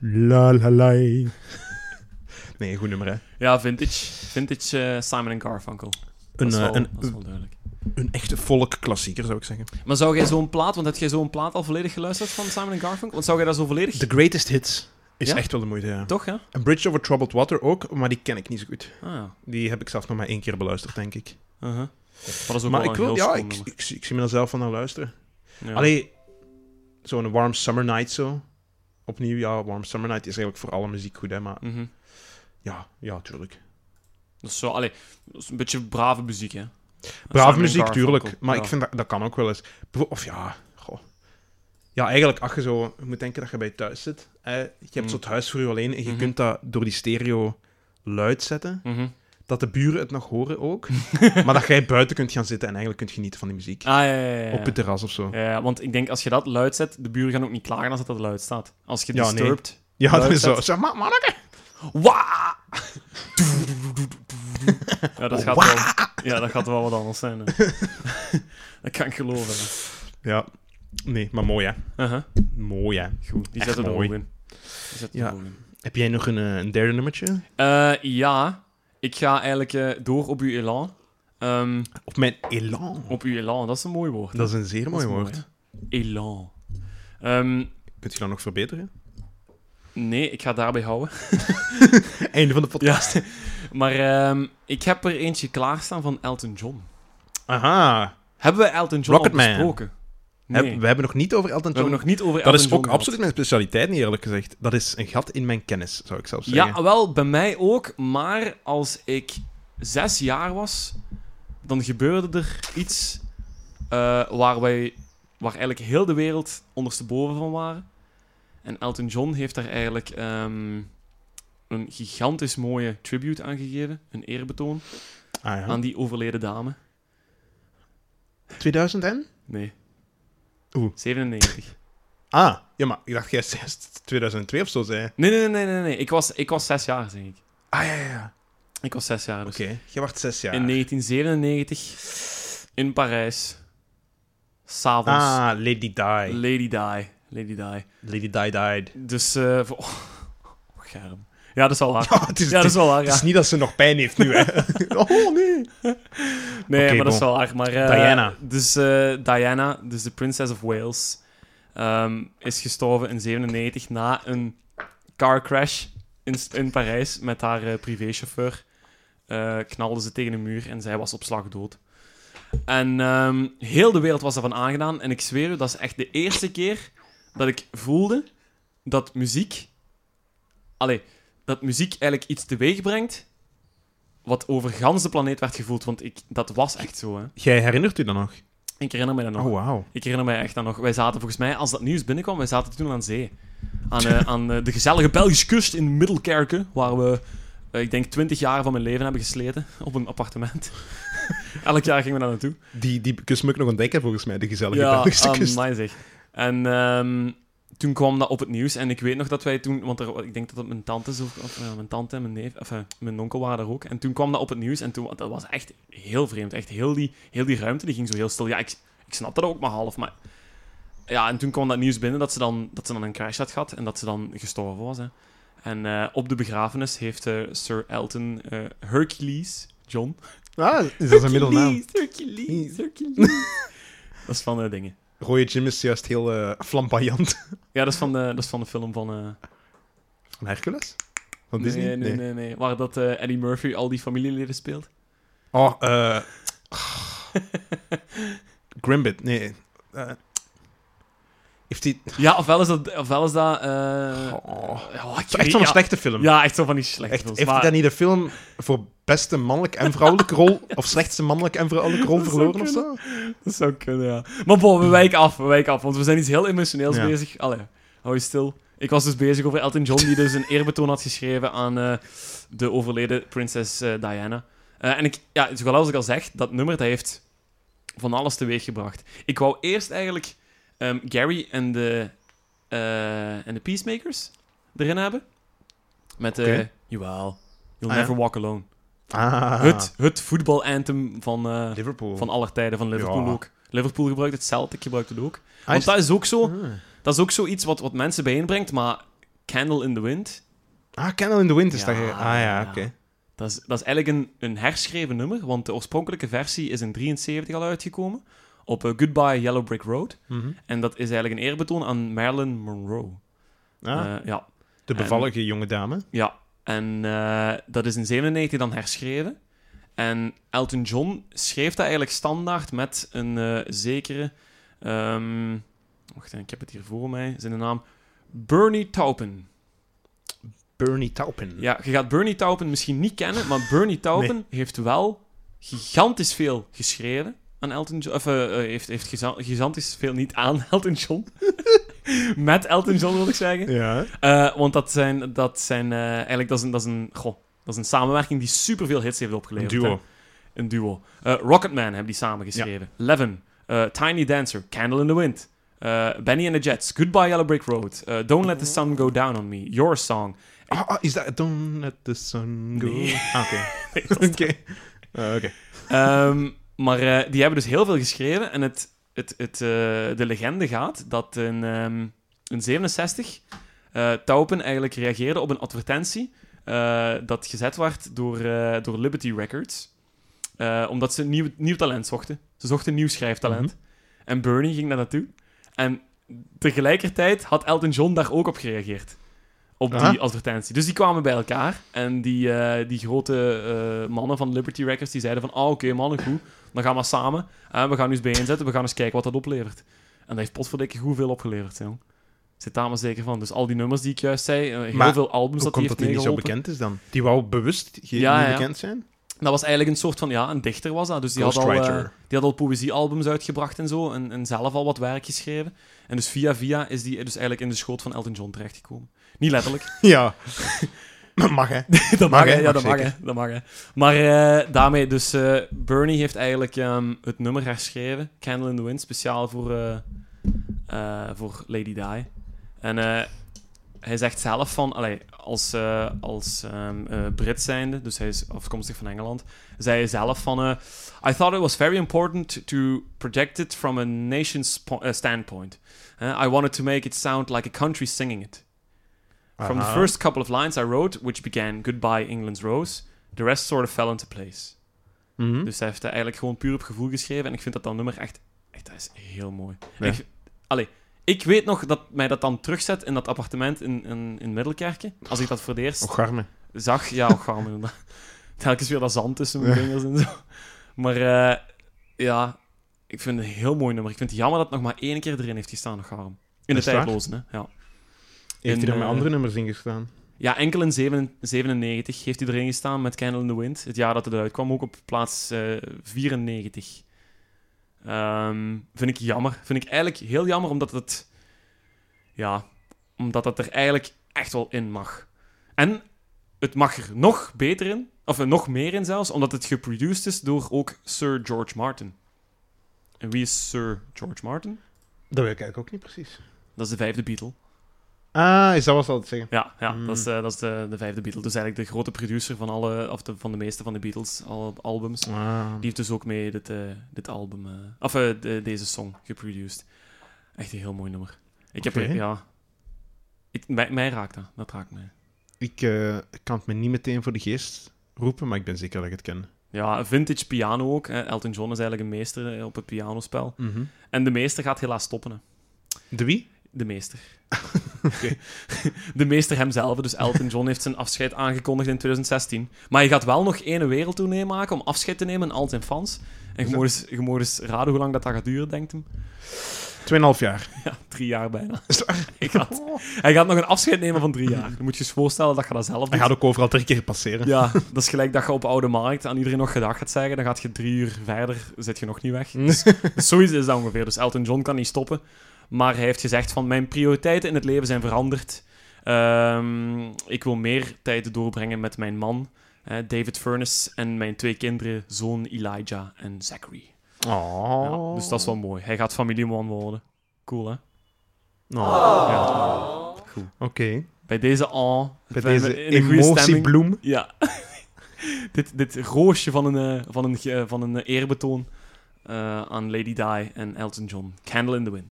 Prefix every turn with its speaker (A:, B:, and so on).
A: La la la. Nee, goed nummer, hè?
B: Ja, vintage. Vintage eh, Simon Garfunkel. Dat
A: Een,
B: is
A: eh,
B: wel-
A: een,
B: dat is wel duidelijk.
A: een echte volkklassieker, zou ik zeggen.
B: Maar zou jij zo'n plaat, want had jij zo'n plaat al volledig geluisterd van Simon Garfunkel? Want zou jij dat zo volledig...
A: The Greatest Hits is
B: Ja?
A: echt wel de moeite, ja.
B: Toch, hè? Ah,
A: A Bridge Over Troubled Water ook, maar die ken ik niet zo goed.
B: ja.
A: Die heb ik zelf nog maar één keer beluisterd, denk ik.
B: Uh-huh. Dat is ook
A: maar
B: wel
A: ik
B: een
A: wil,
B: heel
A: ja,
B: schoon
A: ik, ik,
B: nummer.
A: ik, zie me daar zelf van naar luisteren.
B: Ja.
A: Allee, zo'n Warm Summer Night zo. Opnieuw, ja, Warm Summer Night is eigenlijk voor alle muziek goed, hè, maar
B: Mhm.
A: ja, ja, tuurlijk.
B: Dat is zo, allee, dat is een beetje brave muziek, hè?
A: Brave
B: Simon
A: muziek,
B: Garfunkel,
A: tuurlijk, maar
B: ja.
A: ik vind dat, dat kan ook wel eens. Bijvo- Of ja, goh. Ja, eigenlijk, als je zo, je moet denken dat je bij thuis zit. Hè, je hebt
B: Mm.
A: zo het huis voor je alleen en je
B: Mhm.
A: kunt dat door die stereo luid zetten.
B: Mhm.
A: Dat de buren het nog horen ook. maar dat jij buiten kunt gaan zitten en eigenlijk kunt genieten van die muziek.
B: Ah, ja, ja, ja, ja.
A: Op het terras of zo.
B: Ja, ja, want ik denk als je dat luid zet, de buren gaan ook niet klagen als dat dat luid staat. Als je
A: Ja, nee.
B: disturbt.
A: Ja, dat is zo.
B: Luid
A: Zeg, ma manneke!
B: Wa! Ja, dat gaat wel, ja, dat gaat wel wat anders zijn. hè. dat kan ik geloven. hè.
A: Ja, nee, maar mooi hè.
B: Uh-huh.
A: Mooi hè.
B: Goed, die
A: Echt
B: zetten er
A: mooi.
B: ook in. Die zetten
A: Ja.
B: er ook in.
A: Heb jij nog een, eh, een derde nummertje?
B: Eh, ja, ik ga eigenlijk eh, door op uw elan. Ehm,
A: Of mijn elan?
B: op uw elan, dat is een mooi woord.
A: Dat is een zeer mooi
B: Dat is
A: woord.
B: hè. Elan. Ehm,
A: Kunt je dat nog verbeteren?
B: nee, ik ga daarbij houden.
A: Einde van de podcast.
B: Ja, maar ehm, ik heb er eentje klaarstaan van Elton John.
A: Aha.
B: Hebben we Elton John
A: Rocketman.
B: al besproken? Nee,
A: Heb- we hebben nog niet over Elton
B: we hebben
A: John.
B: nog niet over
A: Dat
B: Elton
A: is
B: John
A: ook
B: gehad.
A: absoluut mijn specialiteit, niet eerlijk gezegd. Dat is een gat in mijn kennis, zou ik zelf zeggen.
B: Ja, wel, bij mij ook. Maar als ik zes jaar was, dan gebeurde er iets eh, waar wij... Waar eigenlijk heel de wereld ondersteboven van waren. En Elton John heeft daar eigenlijk ehm, een gigantisch mooie tribute aan gegeven. Een eerbetoon
A: Ah, ja.
B: aan die overleden dame.
A: 2000 en?
B: Nee.
A: Oeh.
B: 97.
A: Ah, ja, maar ik dacht jij zei 2002 of zo zei.
B: Nee, nee, nee, nee, nee. Ik was, ik was zes jaar, denk ik.
A: Ah ja, ja, ja.
B: Ik was zes jaar, dus.
A: Oké, je wacht zes jaar.
B: In 1997 in Parijs. S'avonds.
A: Ah, Lady Die.
B: Lady Die. Lady Die.
A: Lady Die died.
B: Dus, eh voor... oh, Germ. Ja, dat is al waar.
A: Ja, Oh, het is,
B: Ja, dat is wel waar,
A: Het
B: ja.
A: is niet dat ze nog pijn heeft nu, hè. Oh, nee.
B: Nee,
A: Oké,
B: maar dat
A: bon.
B: is wel waar. Maar, eh,
A: Diana.
B: Dus eh, Diana, dus de Princess of Wales, ehm, is gestorven in 97 na een car crash in, in Parijs met haar eh, privéchauffeur. Eh, knalde ze tegen een muur en zij was op slag dood. En ehm, heel de wereld was daarvan aangedaan. En ik zweer u, dat is echt de eerste keer dat ik voelde dat muziek... Allee, dat muziek eigenlijk iets teweeg brengt wat over gans de planeet werd gevoeld. Want ik, dat was echt zo, hè.
A: Jij herinnert u dat nog?
B: Ik herinner mij dat nog.
A: Oh, wauw.
B: Ik herinner mij echt dat nog. Wij zaten volgens mij, als dat nieuws binnenkwam, wij zaten toen aan zee. Aan, eh, aan eh, de gezellige Belgische kust in Middelkerken, waar we, eh, ik denk, twintig jaar van mijn leven hebben gesleten op een appartement. Elk jaar gingen we daar naartoe.
A: Die, die kus moet ik nog ontdekken, volgens mij, de gezellige
B: Ja, ah, eh,
A: Belgische kust.
B: amai zeg. En ehm, toen kwam dat op het nieuws. En ik weet nog dat wij toen... Want er, ik denk dat het mijn tante, zo, of, ja, mijn tante en mijn neef... Of eh, mijn onkel waren daar ook. En toen kwam dat op het nieuws. En toen, dat was echt heel vreemd. Echt heel die, heel die ruimte, die ging zo heel stil. Ja, ik, ik snap dat ook maar half, maar... Ja, en toen kwam dat nieuws binnen dat ze dan, dat ze dan een crash had gehad. En dat ze dan gestorven was, hè. En eh, op de begrafenis heeft eh, Sir Elton eh, Hercules, John...
A: Ah, is dat zijn middelnaam?
B: Hercules, Hercules, Hercules. dat is van de dingen.
A: Rode Jim is juist heel eh, flamboyant.
B: Ja, dat is van de, dat is van de film van... eh
A: Van Hercules? Van
B: nee,
A: Disney?
B: nee, nee, nee, Waar dat eh, Eddie Murphy al die familieleden speelt.
A: Oh, eh... Grimbit, nee. Eh, heeft hij...
B: Ja, ofwel is dat... Ofwel is dat eh,
A: Oh.
B: ja, ik
A: Zo Echt
B: weet-
A: zo'n
B: ja,
A: slechte film.
B: Ja, echt zo van die slechte
A: Echt,
B: films.
A: heeft hij
B: maar-
A: dan niet de film voor beste mannelijke en vrouwelijke rol, of slechtste mannelijke en vrouwelijke rol
B: Dat zou
A: verloren of zo?
B: Dat zou kunnen, ja. Maar bon, we wijken af, we wijken af. Want we zijn iets heel emotioneels
A: Ja.
B: bezig. Allee, hou je stil. Ik was dus bezig over Elton John, die dus een eerbetoon had geschreven aan eh, de overleden prinses eh, Diana. Eh, en ik, ja, zoals ik al zeg, dat nummer dat heeft van alles teweeggebracht. Ik wou eerst eigenlijk ehm, Gary en de, eh, en de Peacemakers erin hebben. Met, eh
A: Oké.
B: jawel, You'll
A: Ah, ja.
B: Never Walk Alone.
A: Ah,
B: Het, het voetbalanthem van... eh,
A: Liverpool.
B: van aller tijden, van Liverpool
A: Ja.
B: ook. Liverpool gebruikt het, Celtic gebruikt het ook.
A: Ah, is-
B: Want dat is ook, zo,
A: Ah.
B: dat is ook zoiets wat, wat mensen bijeenbrengt, maar Candle in the Wind.
A: Ah, Candle in the Wind is
B: Ja,
A: dat. ge- Ah ja,
B: ja.
A: oké.
B: Dat is, dat is eigenlijk een, een herschreven nummer, want de oorspronkelijke versie is in 73 al uitgekomen op eh, Goodbye Yellow Brick Road.
A: Mhm.
B: En dat is eigenlijk een eerbetoon aan Marilyn Monroe.
A: Ah,
B: Eh, ja,
A: de bevallige jonge dame.
B: Ja, en eh, dat is in 97 dan herschreven. En Elton John schreef dat eigenlijk standaard met een eh, zekere... ehm, wacht, ik heb het hier voor mij. Zijn de naam Bernie Taupin.
A: Bernie Taupin.
B: Ja, je gaat Bernie Taupin misschien niet kennen, maar Bernie Taupin heeft wel gigantisch veel geschreven aan Elton John. Of eh, eh, heeft, heeft geza- gigantisch veel niet aan Elton John. met Elton John, wil ik zeggen.
A: Ja.
B: Eh, want dat zijn, dat zijn eh, eigenlijk dat is een, dat is een, goh, dat is een samenwerking die superveel hits heeft
A: Een
B: opgeleverd.
A: duo.
B: hè. Een duo. Eh, Rocketman hebben die samen geschreven. Levin, eh, Tiny Dancer, Candle in the Wind, eh, Benny and the Jets, Goodbye Yellow Brick Road, eh, Don't Let the Sun Go Down on Me, Your Song.
A: Ah, ah, is dat Don't Let the Sun Go?
B: Nee.
A: Ah, oké. Oké. Ah, oké.
B: Ehm, maar eh, die hebben dus heel veel geschreven. En het, het, het, eh, de legende gaat dat in, ehm, in 67 eh Taupen eigenlijk reageerde op een advertentie eh, dat gezet werd door, eh, door Liberty Records. Eh, omdat ze nieuw, nieuw talent zochten. Ze zochten nieuw schrijftalent. En Bernie ging daar naartoe. En tegelijkertijd had Elton John daar ook op gereageerd. Op
A: Aha.
B: die advertentie. Dus die kwamen bij elkaar. En die, eh, die grote eh, mannen van Liberty Records die zeiden van... Ah, oké, mannen, goed. Dan gaan we samen. En we gaan nu eens bijeenzetten. We gaan eens kijken wat dat oplevert. En dat heeft potverdikke goed veel opgeleverd, jong. Zit daar maar zeker van. Dus al die nummers die ik juist zei, eh, heel
A: Maar
B: veel albums
A: Hoe
B: dat
A: komt
B: hij heeft
A: dat hij niet zo
B: meegeholpen.
A: bekend is dan? Die wou bewust ge-
B: Ja,
A: niet
B: ja.
A: bekend zijn?
B: Dat was eigenlijk een soort van, ja, een dichter was dat. Dus die had al, eh,
A: Ghostwriter.
B: die had al poëziealbums uitgebracht en zo. En, en zelf al wat werk geschreven. En dus via via is die dus eigenlijk in de schoot van Elton John terechtgekomen. Niet letterlijk.
A: Ja. Mag, hè?
B: dat
A: Mag,
B: mag,
A: hè?
B: hè. Ja,
A: Mag
B: dat mag, hè.
A: zeker.
B: Dat mag, hè. Maar eh, daarmee, dus eh, Bernie heeft eigenlijk ehm, het nummer herschreven. Candle in the Wind, speciaal voor, eh, eh, voor Lady Di. En eh, hij zegt zelf van, allee, als, eh, als ehm, eh, Brit zijnde, dus hij is afkomstig van Engeland, zei hij zelf van, eh, I thought it was very important to project it from a nation's po- eh, standpoint. Eh, I wanted to make it sound like a country singing it. From the
A: Aha.
B: first couple of lines I wrote, which began Goodbye England's Rose, the rest sort of fell into place.
A: Mhm.
B: Dus hij heeft dat eigenlijk gewoon puur op gevoel geschreven. En ik vind dat dat nummer echt... Echt, dat is heel mooi. En
A: Ja.
B: Ik, allee, ik weet nog dat mij dat dan terugzet in dat appartement in, in, in Middelkerken. Als ik dat voor het eerst
A: Och, arme.
B: zag. Ja, och, waarom inderdaad. Telkens weer dat zand tussen mijn vingers en zo. Maar eh, ja, ik vind het een heel mooi nummer. Ik vind het jammer dat het nog maar één keer erin heeft gestaan, nog waarom. In de
A: Is het waar?
B: tijdlozen, hè. Ja.
A: Heeft hij
B: En,
A: er met
B: eh,
A: andere nummers in gestaan?
B: Ja, enkel in 97 heeft hij erin gestaan met Candle in the Wind. Het jaar dat het uitkwam, ook op plaats eh, 94. Ehm, vind ik jammer. Vind ik eigenlijk heel jammer, omdat het... Ja, omdat dat er eigenlijk echt wel in mag. En het mag er nog beter in, of er nog meer in zelfs, omdat het geproduced is door ook Sir George Martin. En wie is Sir George Martin?
A: Dat weet ik eigenlijk ook niet precies.
B: Dat is de vijfde Beatle.
A: Ah, is dat wat ze altijd zeggen?
B: Ja, ja
A: Hmm.
B: dat is, eh, dat is de, de vijfde Beatle. Dus eigenlijk de grote producer van, alle, of de, van de meeste van de Beatles al- albums. Die
A: Ah.
B: heeft dus ook mee dit, eh, dit album, eh, of eh, de- deze song geproduced. Echt een heel mooi nummer. Ik heb,
A: Oké.
B: er- ja... Ik, mij, mij raakt dat, dat raakt mij.
A: Ik eh, kan het me niet meteen voor de geest roepen, maar ik ben zeker dat ik het ken.
B: Ja, vintage piano ook. hè. Elton John is eigenlijk een meester eh, op het pianospel. En de meester gaat helaas stoppen, hè.
A: De wie?
B: De meester. De meester hemzelf, dus Elton John, heeft zijn afscheid aangekondigd in 2016. Maar je gaat wel nog ene wereldtournee maken om afscheid te nemen aan al zijn fans. En je
A: Zo.
B: moet eens- je moet eens raden hoe lang dat, dat gaat duren, denkt hem.
A: Tweeënhalf jaar.
B: Ja, drie jaar bijna. Hij gaat, hij gaat nog een afscheid nemen van drie jaar. Je moet je eens voorstellen dat je dat zelf
A: Hij
B: doet.
A: gaat ook overal drie keer passeren.
B: Ja, dat is gelijk dat je op oude markt aan iedereen nog gedag gaat zeggen. Dan gaat je drie uur verder, zit je nog niet weg.
A: Mm.
B: Dus, dus zoiets is dat ongeveer. Dus Elton John kan niet stoppen. Maar hij heeft gezegd van mijn prioriteiten in het leven zijn veranderd. Ehm, ik wil meer tijd doorbrengen met mijn man, eh, David Furness, en mijn twee kinderen, zoon Elijah en Zachary. Ja,
A: Oh.
B: dus dat is wel mooi. Hij gaat familieman worden. Cool, hè?
A: Oh.
B: Ja, goed.
A: Oké.
B: Bij deze al.
A: Bij
B: zijn we
A: deze
B: in een goede stemming.
A: emotiebloem.
B: Ja. dit, dit roosje van een, eh, van een, ge- van een eh, eerbetoon eh, aan Lady Di en Elton John. Candle in the Wind.